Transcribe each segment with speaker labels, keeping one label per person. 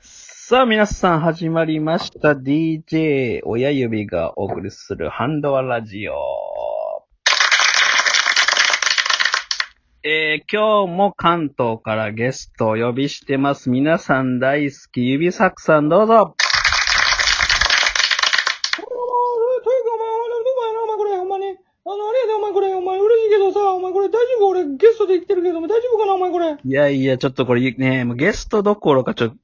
Speaker 1: さあ、皆さん始まりました。DJ 親指がお送りするハンドアラジオ。えー、今日も関東からゲストをお呼びしてます。皆さん大好き、指サクさんどうぞ。
Speaker 2: お前、これ、お前ね、あの、あれやで、お前これ、お前嬉しいけどさ、お前これ大丈夫俺ゲストで来てるけど、大丈夫かな、お前これ。
Speaker 1: いやいや、ちょっとこれね、もうゲストどころかちょっと、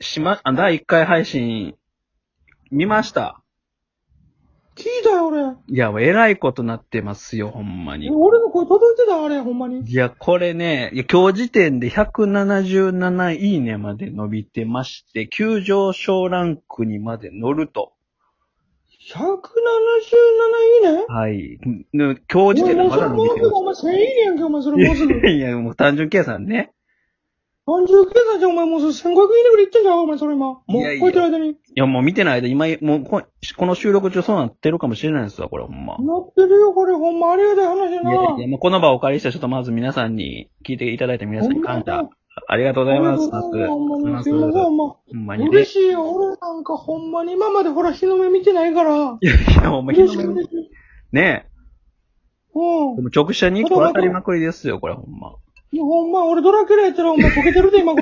Speaker 1: しま、あ第1回配信、見ました。
Speaker 2: 聞いたよ、俺。
Speaker 1: いや、もうえらいことなってますよ、ほんまに。
Speaker 2: 俺の声届いてた、あれ、ほんまに。
Speaker 1: いや、これね、いや今日時点で177いいねまで伸びてまして、急上昇ランクにまで乗ると。
Speaker 2: 177いいね
Speaker 1: はい。ね今
Speaker 2: お
Speaker 1: 日時点で
Speaker 2: もう
Speaker 1: ま
Speaker 2: そ
Speaker 1: だ
Speaker 2: れ
Speaker 1: 伸
Speaker 2: も
Speaker 1: び
Speaker 2: う
Speaker 1: て
Speaker 2: す
Speaker 1: る
Speaker 2: ぐ、。お前1000いいねやんけ、お前、それもうすぐ。
Speaker 1: いやいや、もう単純計算ね。
Speaker 2: 30計算じゃ、お前もうすぐ1500いいねぐらいいってんじゃん、お前、それ今。もう
Speaker 1: いやいや
Speaker 2: 超えてる間に。
Speaker 1: いや、もう見てない間、今、もうこ、この収録中そうなってるかもしれないですわ、これ、ほんま。
Speaker 2: なってるよ、これ、ほんま、ありがたい話や
Speaker 1: い
Speaker 2: な。
Speaker 1: やいや、もうこの場をお借りして、ちょっとまず皆さんに、聞いていただいた皆さんに感謝。ありがとうございます。
Speaker 2: ありがとうございます。
Speaker 1: す
Speaker 2: ほんまにすいません、ほんま。
Speaker 1: ほんまにね。
Speaker 2: 嬉しいよ、俺なんかほんまに今までほら日の目見てないから。
Speaker 1: いやいや、お前、
Speaker 2: 嬉しくて。
Speaker 1: ね
Speaker 2: うん
Speaker 1: え。で。も直射日光当たりまくりですよ、これ、ほんま。
Speaker 2: いやほんま、俺ドラキュラやったらお前ボケてるで、今。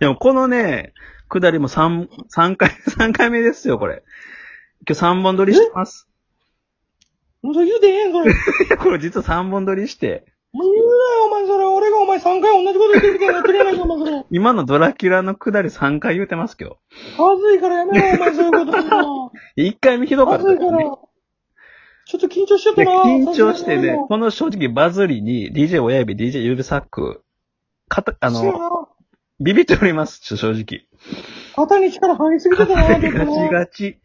Speaker 1: でもこのね、下りも3、三回、 三回目ですよ、これ。今日3本撮りしてます。
Speaker 2: もうそれ言うてへん、それ。
Speaker 1: い やこれ実は3本撮りして、
Speaker 2: もう言うなよ、お前、それ。俺がお前3回同じこと言ってるけどやってるやないか、お前、それ。
Speaker 1: 今のドラキュラの下り3回言うてますけど。
Speaker 2: 恥ずいからやめろ、お前、そういうこと言うの。
Speaker 1: 1回目ひどかっ
Speaker 2: 恥
Speaker 1: た
Speaker 2: ず
Speaker 1: で
Speaker 2: い
Speaker 1: す
Speaker 2: から。
Speaker 1: ね。
Speaker 2: ちょっと緊張しちゃっ
Speaker 1: で
Speaker 2: たな。
Speaker 1: 緊張して
Speaker 2: さすが
Speaker 1: ね
Speaker 2: にも、う
Speaker 1: この正直バズりに DJ 親指、DJ 指サック、かた、あ
Speaker 2: そうや
Speaker 1: の、
Speaker 2: な
Speaker 1: ビビっております、ちょ正直。
Speaker 2: 肩に力入りすぎてたな、
Speaker 1: ガ
Speaker 2: ちょっと
Speaker 1: チ
Speaker 2: な。
Speaker 1: ガチ。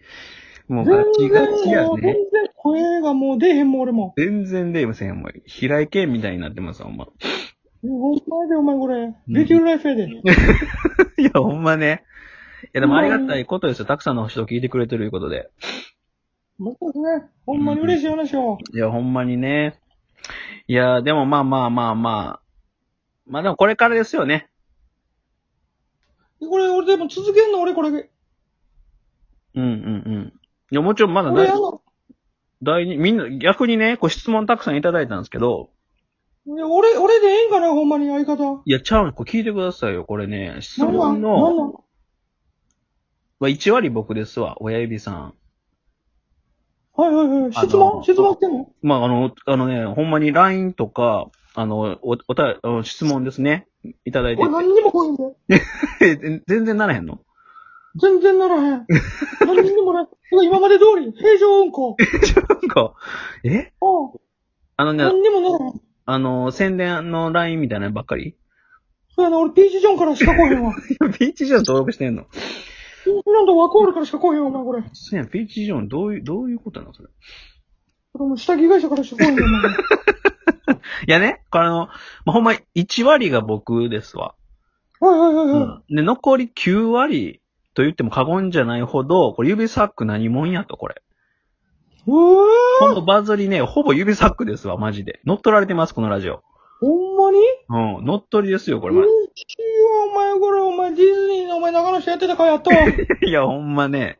Speaker 1: もうガチ
Speaker 2: 全
Speaker 1: ガ
Speaker 2: 然
Speaker 1: チや
Speaker 2: もう、全
Speaker 1: ね。
Speaker 2: 然声がもう出えへんもん、俺も。
Speaker 1: 全然出ません、もう。平井堅みたいになってます、ほんま。
Speaker 2: いやほんまやで、お前、これ。ビューティーライフやで。
Speaker 1: いや、ほんまね。いや、でもありがたいことですよ。たくさんの人を聞いてくれてるいうことで。
Speaker 2: もうそうですね。ほんまに嬉しい話を。
Speaker 1: いや、ほんまにね。いや、でもまあまあまあまあ。まあでもこれからですよね。
Speaker 2: これ、俺でも続けんの、俺これ。
Speaker 1: うんうんうん。いや、もちろんまだ
Speaker 2: 俺
Speaker 1: 第
Speaker 2: やの。
Speaker 1: 第二、みんな、逆にね、こう質問たくさんいただいたんですけど、
Speaker 2: いや俺、俺でええんかな、ほんまに相方。
Speaker 1: いや、ちゃうん、これ聞いてくださいよ。これね、質
Speaker 2: なんな
Speaker 1: 問
Speaker 2: んなん
Speaker 1: の、
Speaker 2: なん
Speaker 1: は1割僕ですわ、親指さん。
Speaker 2: はいはいはい。質
Speaker 1: あの
Speaker 2: 問質問してんの
Speaker 1: まあ、あの、あのね、ほんまに LINE とか、あの、お、おた、あの質問ですね。いただいて
Speaker 2: 俺何にも来いんで。
Speaker 1: て。え全然ならへんの
Speaker 2: 全然ならへん。何にもない。今まで通り、平常運行。
Speaker 1: なんか、え
Speaker 2: うん。
Speaker 1: あのね、
Speaker 2: 何にもならへん。
Speaker 1: あの、宣伝の LINE みたいなのばっかり
Speaker 2: そうやな、俺ピーチジョンからしか来へんわ。ピ
Speaker 1: い やピーチジョン登録してんの
Speaker 2: ーチジョンとワコールからしか来へんわ、お前これ。
Speaker 1: そうやん、ピーチジョンどういう、どういうことなのそれ。
Speaker 2: これもう下着会社からしか来へんわ、お前。
Speaker 1: いやね、これあの、まあ、ほんま1割が僕ですわ。
Speaker 2: はいはいはいうはい。
Speaker 1: ん。で、残り9割と言っても過言じゃないほど、これ指サック何もんやと、これ。
Speaker 2: うわ
Speaker 1: ほん
Speaker 2: ー
Speaker 1: とバズりね、ほぼ指サックですわ、マジで。乗っ取られてます、このラジオ。
Speaker 2: ほんまに
Speaker 1: うん、乗っ取りですよ、これ。
Speaker 2: う
Speaker 1: ま
Speaker 2: んちよ、お前これ、お前ディズニーのお前中野市やってたかや ったわ。
Speaker 1: いや、ほんまね。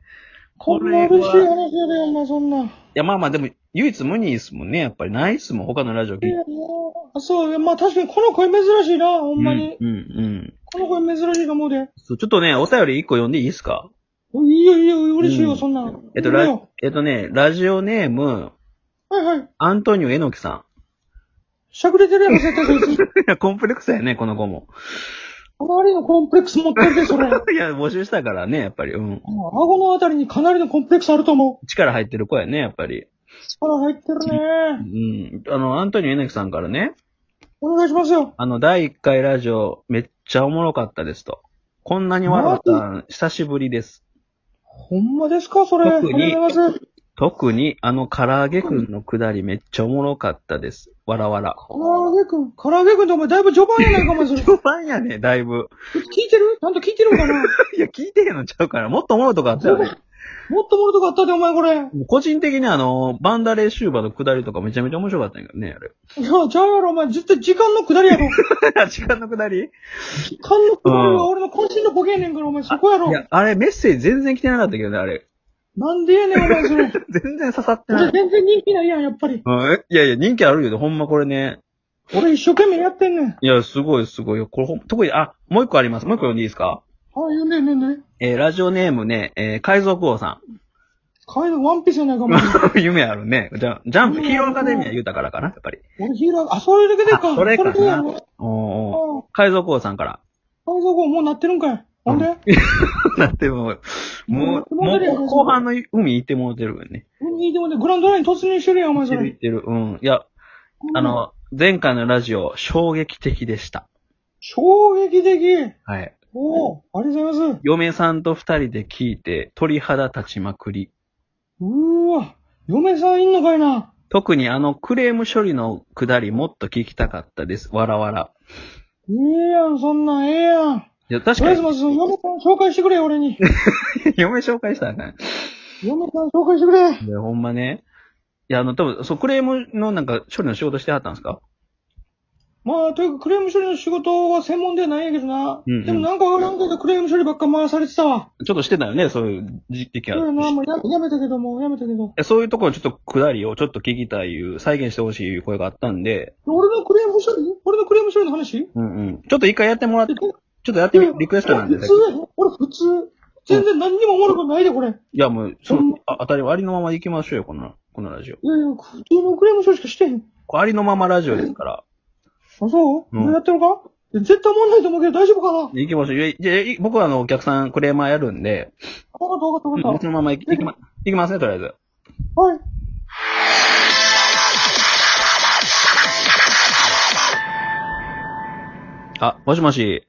Speaker 2: こ
Speaker 1: こ
Speaker 2: ん
Speaker 1: れ
Speaker 2: な嬉しい話
Speaker 1: は
Speaker 2: や。で、お前そんな。
Speaker 1: いや、まあまあ、でも、唯一無二ですもんね。やっぱりないっすもん、他のラジオ聞い
Speaker 2: い
Speaker 1: て
Speaker 2: や、もう、あそう、まあ確かにこの声珍しいな、ほんまに。
Speaker 1: うん、うん、うん。
Speaker 2: この声珍しいと思うで。
Speaker 1: そう、ちょっとね、お便り一個読んでいいですか
Speaker 2: いいよいいよ、嬉しいうよ、
Speaker 1: ん
Speaker 2: そんな。
Speaker 1: えっと、
Speaker 2: いい
Speaker 1: ラ
Speaker 2: よ、
Speaker 1: えっとね、ラジオネーム、
Speaker 2: はいはい。
Speaker 1: アントニオえのきさ
Speaker 2: しゃくれてるやろ、絶対そ いつ。
Speaker 1: ん。いや、コンプレックスやね、この子も。
Speaker 2: かなりのコンプレックス持ってるで、そ れ。
Speaker 1: いや、募集したからね、やっぱり、うん。
Speaker 2: 顎のあたりにかなりのコンプレックスあると思う。
Speaker 1: 力入ってる子やね、やっぱり。
Speaker 2: 力入ってる
Speaker 1: う
Speaker 2: ね。
Speaker 1: ん。あの、アントニオえのきさんからね、
Speaker 2: お願いしますよ。
Speaker 1: あの、第1回ラジオ、めっちゃおもろかったですと。こんなに笑ったん、久しぶりです。
Speaker 2: ほんまですか、それ。
Speaker 1: 特に
Speaker 2: ありがとうございます。
Speaker 1: 特に、あの、唐揚げくんのくだりめっちゃおもろかったです。わら わら。
Speaker 2: 唐揚げくん。唐揚げくんってお前だいぶ序盤やないか、お前それ。
Speaker 1: 評判やね、だいぶ。
Speaker 2: 聞いてるちゃんと聞いてるんかな
Speaker 1: いや、聞いてへんのちゃうから、もっとおもろいとかあったよね。
Speaker 2: もっともろとかあったで、お前これ。いや、
Speaker 1: もう個人的にあの、バンダレーシューバーの下りとかめちゃめちゃ面白かったんやけどね、あれ。
Speaker 2: ちゃうやろ、お前。絶対時間の下りやろ。
Speaker 1: 時間の下り
Speaker 2: 時間の下りは俺の渾身のこけんねんから、お前そこやろ
Speaker 1: い。や、あれメッセージ全然来てなかったけどね、あれ。
Speaker 2: なんでやねん、お前 それ。
Speaker 1: 全然刺さってな
Speaker 2: 俺
Speaker 1: い。
Speaker 2: 全然人気ないやん、やっぱり。
Speaker 1: うんいやいや、人気あるけど、ほんまこれね。
Speaker 2: 俺一生懸命やってんねん。はい、
Speaker 1: いや、すごいすごいよ。これほん、特に、あ、もう一個あります。もう一個読んでいいですか
Speaker 2: 読んで読んで。
Speaker 1: えーラジオネームね、えー海賊王さ
Speaker 2: カイドウワンピースやないか、お前。
Speaker 1: ん。 夢あるね。じゃ、ジャンプ、ヒーローアカデミア言うたからかな、やっぱり。
Speaker 2: 俺ヒーロー、あ、それだけでか。
Speaker 1: あそれかな
Speaker 2: だけやろ。あ
Speaker 1: おーおー
Speaker 2: あ、
Speaker 1: 海賊王さんから。
Speaker 2: 海賊王もうなってるんかい。ほんで、
Speaker 1: だってもう、もう、もう、後半の海行ってもうてるよね。
Speaker 2: うん、いいでもね、グランドライン突入してるやん、お前そ
Speaker 1: 行っ
Speaker 2: れ。
Speaker 1: てる。うん。いや、あ、の、前回のラジオ、衝撃的でした。
Speaker 2: 衝撃的。
Speaker 1: はい。
Speaker 2: おお、ありがとうございます。
Speaker 1: 嫁さんと二人で聞いて、鳥肌立ちまくり。
Speaker 2: うーわ、嫁さんいんのかいな。
Speaker 1: 特にあのクレーム処理のくだりもっと聞きたかったです。わらわら。
Speaker 2: いいやん、そんなん、ええやん。
Speaker 1: いや、確
Speaker 2: とりあ
Speaker 1: か
Speaker 2: えず、
Speaker 1: に、
Speaker 2: まず、嫁さん紹介してくれよ、俺に。
Speaker 1: 嫁紹介したらあかん
Speaker 2: 嫁さん紹介してくれ。
Speaker 1: いや、ほんまね。いや、あの、多分、そう、クレームのなんか処理の仕事してはったんですか
Speaker 2: まあ、というか、クレーム処理の仕事は専門ではないんやけどな。
Speaker 1: うんうん
Speaker 2: でも、なんかわからんけど、クレーム処理ばっか回されてたわ。
Speaker 1: ちょっとしてたよね、そういう時期
Speaker 2: そ
Speaker 1: は。
Speaker 2: うやな、
Speaker 1: い
Speaker 2: もうややめたけども、やめたけど。
Speaker 1: やそういうところのちょっとくだりをちょっと聞きたいいう、再現してほしいいう声があったんで、
Speaker 2: 俺のクレーム処理俺のクレーム処理の話
Speaker 1: うんうん。ちょっと一回やってもらって、
Speaker 2: え
Speaker 1: ちょっとやってみ、リクエストなんで、
Speaker 2: 普
Speaker 1: さっ
Speaker 2: 通
Speaker 1: き
Speaker 2: やろ俺普通。全然何にも思わなくないで、これ。い
Speaker 1: いや、もう、その、ああたりはありのままで行きましょうよ、この、このラジオ。
Speaker 2: やいや、普通のクレーム処理しかしてへん。
Speaker 1: これありのままラジオですから。
Speaker 2: あ、そう、
Speaker 1: うん
Speaker 2: やってるか絶対思わないと思うけど大丈夫かなわか
Speaker 1: 行きましょう。いやじゃあい僕はあの、お客さんクレーマーやるんで、
Speaker 2: ったわかったわかっ
Speaker 1: そのまま行き行きま、行きますね、とりあえず。
Speaker 2: た。はい。
Speaker 1: あ、もしもし、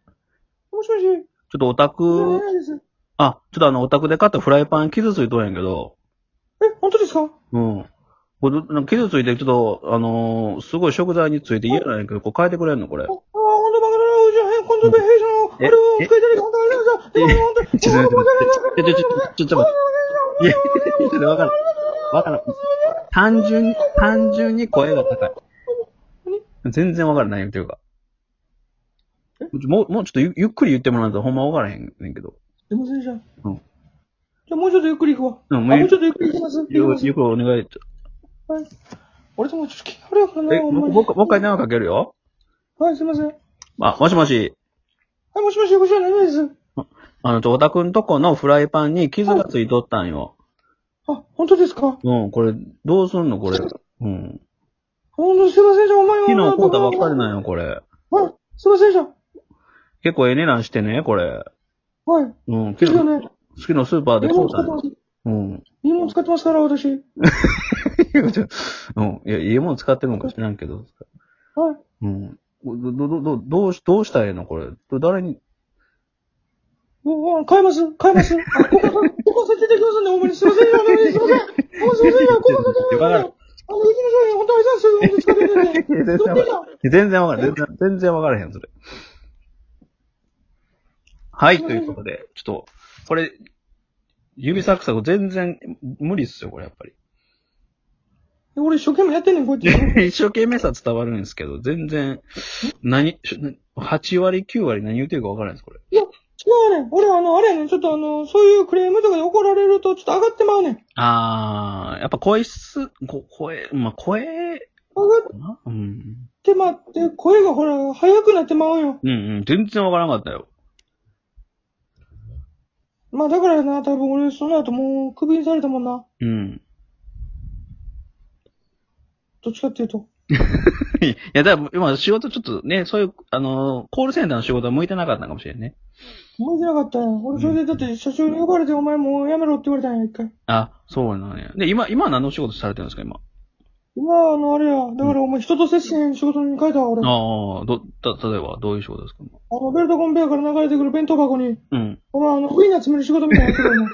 Speaker 2: もしもし。い
Speaker 1: ちょっとオタ
Speaker 2: や
Speaker 1: ク、
Speaker 2: ないです。え、
Speaker 1: あ、ちょっとあの、オタクで買ったフライパン傷ついとんやけど、
Speaker 2: 本当ですか
Speaker 1: うん。これなんか傷ついて、ちょっと、あのーすごい食材について嫌なんやけど、これ変えてくれんのこれ
Speaker 2: あ、あ、。本当バカだな、うちは、今度で弊社の、あれを使いたいで、本当ありがとうございます。でも、本当に、
Speaker 1: ちょっと
Speaker 2: 本当に
Speaker 1: 待って、ちょ、ちょ、ちょ、ちょ、ちょ、ちょ、ちょ、ちょ、いや、ちょっとわからん。わからん。単純に、単純に声が高い。全然わからないよ、というか。もう、もうちょっとゆゆっくり言ってもらうとほんまわからへんねんけど。
Speaker 2: すいません、じゃあ。
Speaker 1: うん
Speaker 2: じゃあ、もうちょっとゆっくり行くわ。
Speaker 1: うんも
Speaker 2: も
Speaker 1: うゆ
Speaker 2: うちょっとゆっくり行きます。
Speaker 1: ゆ
Speaker 2: 行き
Speaker 1: ゆっくりお願い。
Speaker 2: ますはい。俺ともちょっと気になるよ、これ
Speaker 1: え、
Speaker 2: な、ほんま
Speaker 1: もう、
Speaker 2: に
Speaker 1: もう一回もう一回電話かけるよ。
Speaker 2: はい、すいません。は
Speaker 1: あ、もしもし。
Speaker 2: い、もしもし、こちら何々です。
Speaker 1: あの、ちょ、おたくんとこのフライパンに傷がついとったんよ。
Speaker 2: あ、本当ですか
Speaker 1: うん、これ、どうすんのこれ。うん。
Speaker 2: 本当すいません、じゃあ、お前は。
Speaker 1: 昨日買うたばっかり
Speaker 2: な
Speaker 1: なんよ、これ。
Speaker 2: はい、すいません、じゃあ。
Speaker 1: 結構ええ値段してね、これ。
Speaker 2: はい。
Speaker 1: うん、
Speaker 2: です
Speaker 1: 昨
Speaker 2: よ
Speaker 1: 日、
Speaker 2: ね。
Speaker 1: 昨日スーパーで
Speaker 2: いい
Speaker 1: 買
Speaker 2: も
Speaker 1: うん
Speaker 2: 使
Speaker 1: た
Speaker 2: って
Speaker 1: んよ
Speaker 2: ます。
Speaker 1: うん。
Speaker 2: いいもん使ってますから、私。はい。
Speaker 1: うん。 いや、いいもん使ってるのか知らんけど。うん。ど、ど、ど、どどうし、どうしたらええのこれ。ど誰 に、
Speaker 2: もう、買います、買い ます。あ、ここさ、ここさせてきますんで、ほんまにすいません、あの、すいません。もうすいません、 ここさせてきますんで。あの、行きましょうよ、本当 にさ、すいません、本当に使ってて。
Speaker 1: 全然
Speaker 2: ど
Speaker 1: わ
Speaker 2: っ
Speaker 1: か
Speaker 2: ち
Speaker 1: ら
Speaker 2: だ
Speaker 1: ん。全然わからん。全然全然わからへん、それ。はい、ということで、ちょっと、これ、指サクサク全然無理っすよ、これ、やっぱり。
Speaker 2: 俺一生懸命やってんねん、こう やって。
Speaker 1: 一生懸命さ伝わるんですけど、全然、何、し8割、9割何言ってるかわからないです、これ。
Speaker 2: 違うねん。俺、あの、あれやねん。ちょっとあの、そういうクレームとかで怒られると、ちょっと上がってまうねん。
Speaker 1: あー、やっぱ声質、こ声、まあ、声、
Speaker 2: 上がっ
Speaker 1: なうん。
Speaker 2: てまって、声がほら、速くなってまうよ。
Speaker 1: うんうん、全然わからなかったよ。
Speaker 2: まあ、だからやな、多分俺、その後もう、クビにされたもんな。
Speaker 1: うん。 ど
Speaker 2: どっちかっていうと。
Speaker 1: いや、だから今仕事ちょっとね、そういう、あのー、コールセンターの仕事は向いてなかったのかもしれんね。
Speaker 2: 向いてなかったよ。俺、それで、だって、社長に呼ばれて、お前もうやめろって言われたんや、一回。
Speaker 1: あ、そうなんや。で、今、今は何のお仕事されてるんですか、今。
Speaker 2: 今、あの、あれや。だから、お前、人と接しへん仕事に変えたわ、俺。あ
Speaker 1: ああ、ど、た、例えば、どういう仕事ですか、今
Speaker 2: の、ベルトコンベヤーから流れてくる弁当箱に、
Speaker 1: うん。
Speaker 2: お前、あの、ウィンナー詰める仕事みたいになってるよな。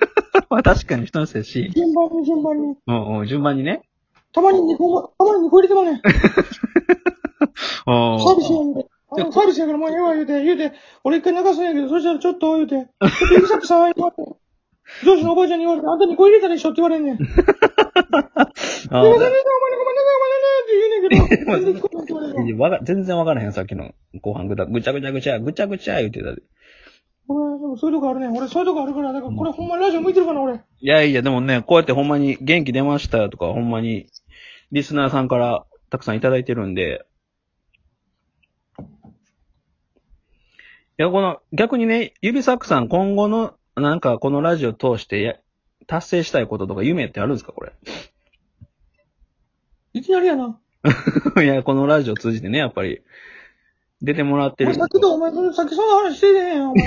Speaker 1: まあ、確かに人のせいし、
Speaker 2: 順番に、順番に。
Speaker 1: うんうん、順番にね。
Speaker 2: たまに2個も、たまに2個入れてまうねん。
Speaker 1: ああ。
Speaker 2: サービスやんで。あのサービスやからもうええわ言うて、言うて、俺一回流すんやけど、そしたらちょっと言うて、ちょっと指先触りまって、 上司のおばあちゃんに言われて、あんたにこ入れたでしょって言われんねん。でも
Speaker 1: あ
Speaker 2: 全然お前
Speaker 1: ー
Speaker 2: ね、ごめんね、ごめんね、ごめんねって言うねんけど、全然聞こ えないって言われる
Speaker 1: いやわか全然わからへん、さっきの後半ぐだ、ぐちゃぐちゃぐちゃ、ぐちゃぐちゃ言ってたで。
Speaker 2: 俺、でもそういうとこあるね。俺、そういうとこあるから、だからこれほんまラジオ向いてるかな、俺。
Speaker 1: いやいや、でもね、こうやってほんまに元気出ましたよとか、ほんまに、リスナーさんからたくさんいただいてるんで。いや、この、逆にね、指サックさん、今後の、なんかこのラジオ通してや、達成したいこととか夢ってあるんですか、これ。
Speaker 2: いきなりやな。
Speaker 1: いや、このラジオ通じてね、やっぱり、出てもらって
Speaker 2: お
Speaker 1: る。 い
Speaker 2: 前さっきとお前、さっきそんな話してね えよ。お前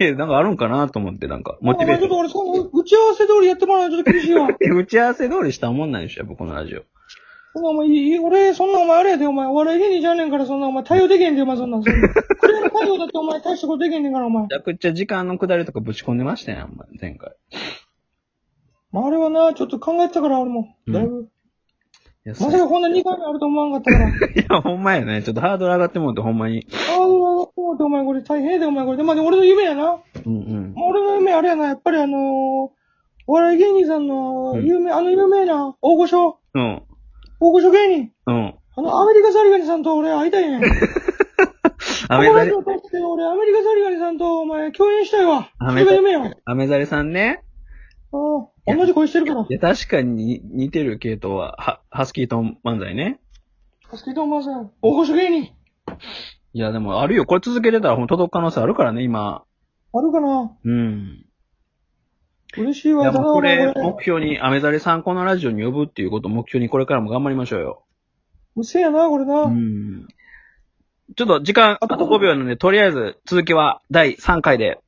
Speaker 1: やいや、なんかあるんかなと思って、なんか、モチベーショ
Speaker 2: お前ちょっと俺、その打ち合わせ通りやってもらわないと厳し いわ。
Speaker 1: ン。打ち合わせ通りしたもんなんでしょ、やっぱこのラジオ。
Speaker 2: そんなお前、いい俺、そんなお前あれやで、お前、お笑い芸人じゃんねんから、そんなお前対応できへんで、お前、そん なん。そんなクレーム対応だってお前、大したことできへんねんから、お前
Speaker 1: め。ちゃくちゃ時間の下りとかぶち込んでましたね、ほんま前回。
Speaker 2: まあ、あれはな、ちょっと考えてたから、俺も。
Speaker 1: うん
Speaker 2: だいぶ。
Speaker 1: いや、そ
Speaker 2: ま
Speaker 1: う
Speaker 2: さかこんな2回目あると思わんかったから。ああ、
Speaker 1: いや、ほんまやね。ちょっとハードル上がってもうて、ほんまに。
Speaker 2: そうだ、お前、これ大変やで、お前、これ。で、まあ、でも俺の夢や
Speaker 1: う
Speaker 2: な。
Speaker 1: んうん。
Speaker 2: 俺の夢あれやな、やっぱりあのー、お笑い芸人さんの有名、あの有名な大御所、
Speaker 1: うん。
Speaker 2: 大御所芸人。
Speaker 1: うん。
Speaker 2: あの、アメリカザリガニさんと俺会いたいねん。
Speaker 1: アメザリ
Speaker 2: こ、のラジオ通して俺、アメリカザリガニさんとお前共演したいわ。
Speaker 1: ア
Speaker 2: そ
Speaker 1: メリ
Speaker 2: れ
Speaker 1: カ
Speaker 2: が夢よ。
Speaker 1: アメザリさんね。
Speaker 2: うん。同じ声してるから
Speaker 1: い。や、確かに似てる系統は、は、ハスキートン漫才ね。
Speaker 2: 助けてお前さん。大御所芸人。
Speaker 1: いや、でもあるよ。これ続けてたらほんと届く可能性あるからね、今。
Speaker 2: あるかな
Speaker 1: うん。
Speaker 2: 嬉しい
Speaker 1: い
Speaker 2: わ。
Speaker 1: や、もうこれ
Speaker 2: だ、からもう
Speaker 1: 目標に、アメザリさんこのラジオに呼ぶっていうことを目標にこれからも頑張りましょうよ。
Speaker 2: うっせえやな、これな。
Speaker 1: うん。ちょっと時間、あと5秒なんで、とりあえず続きは第3回で。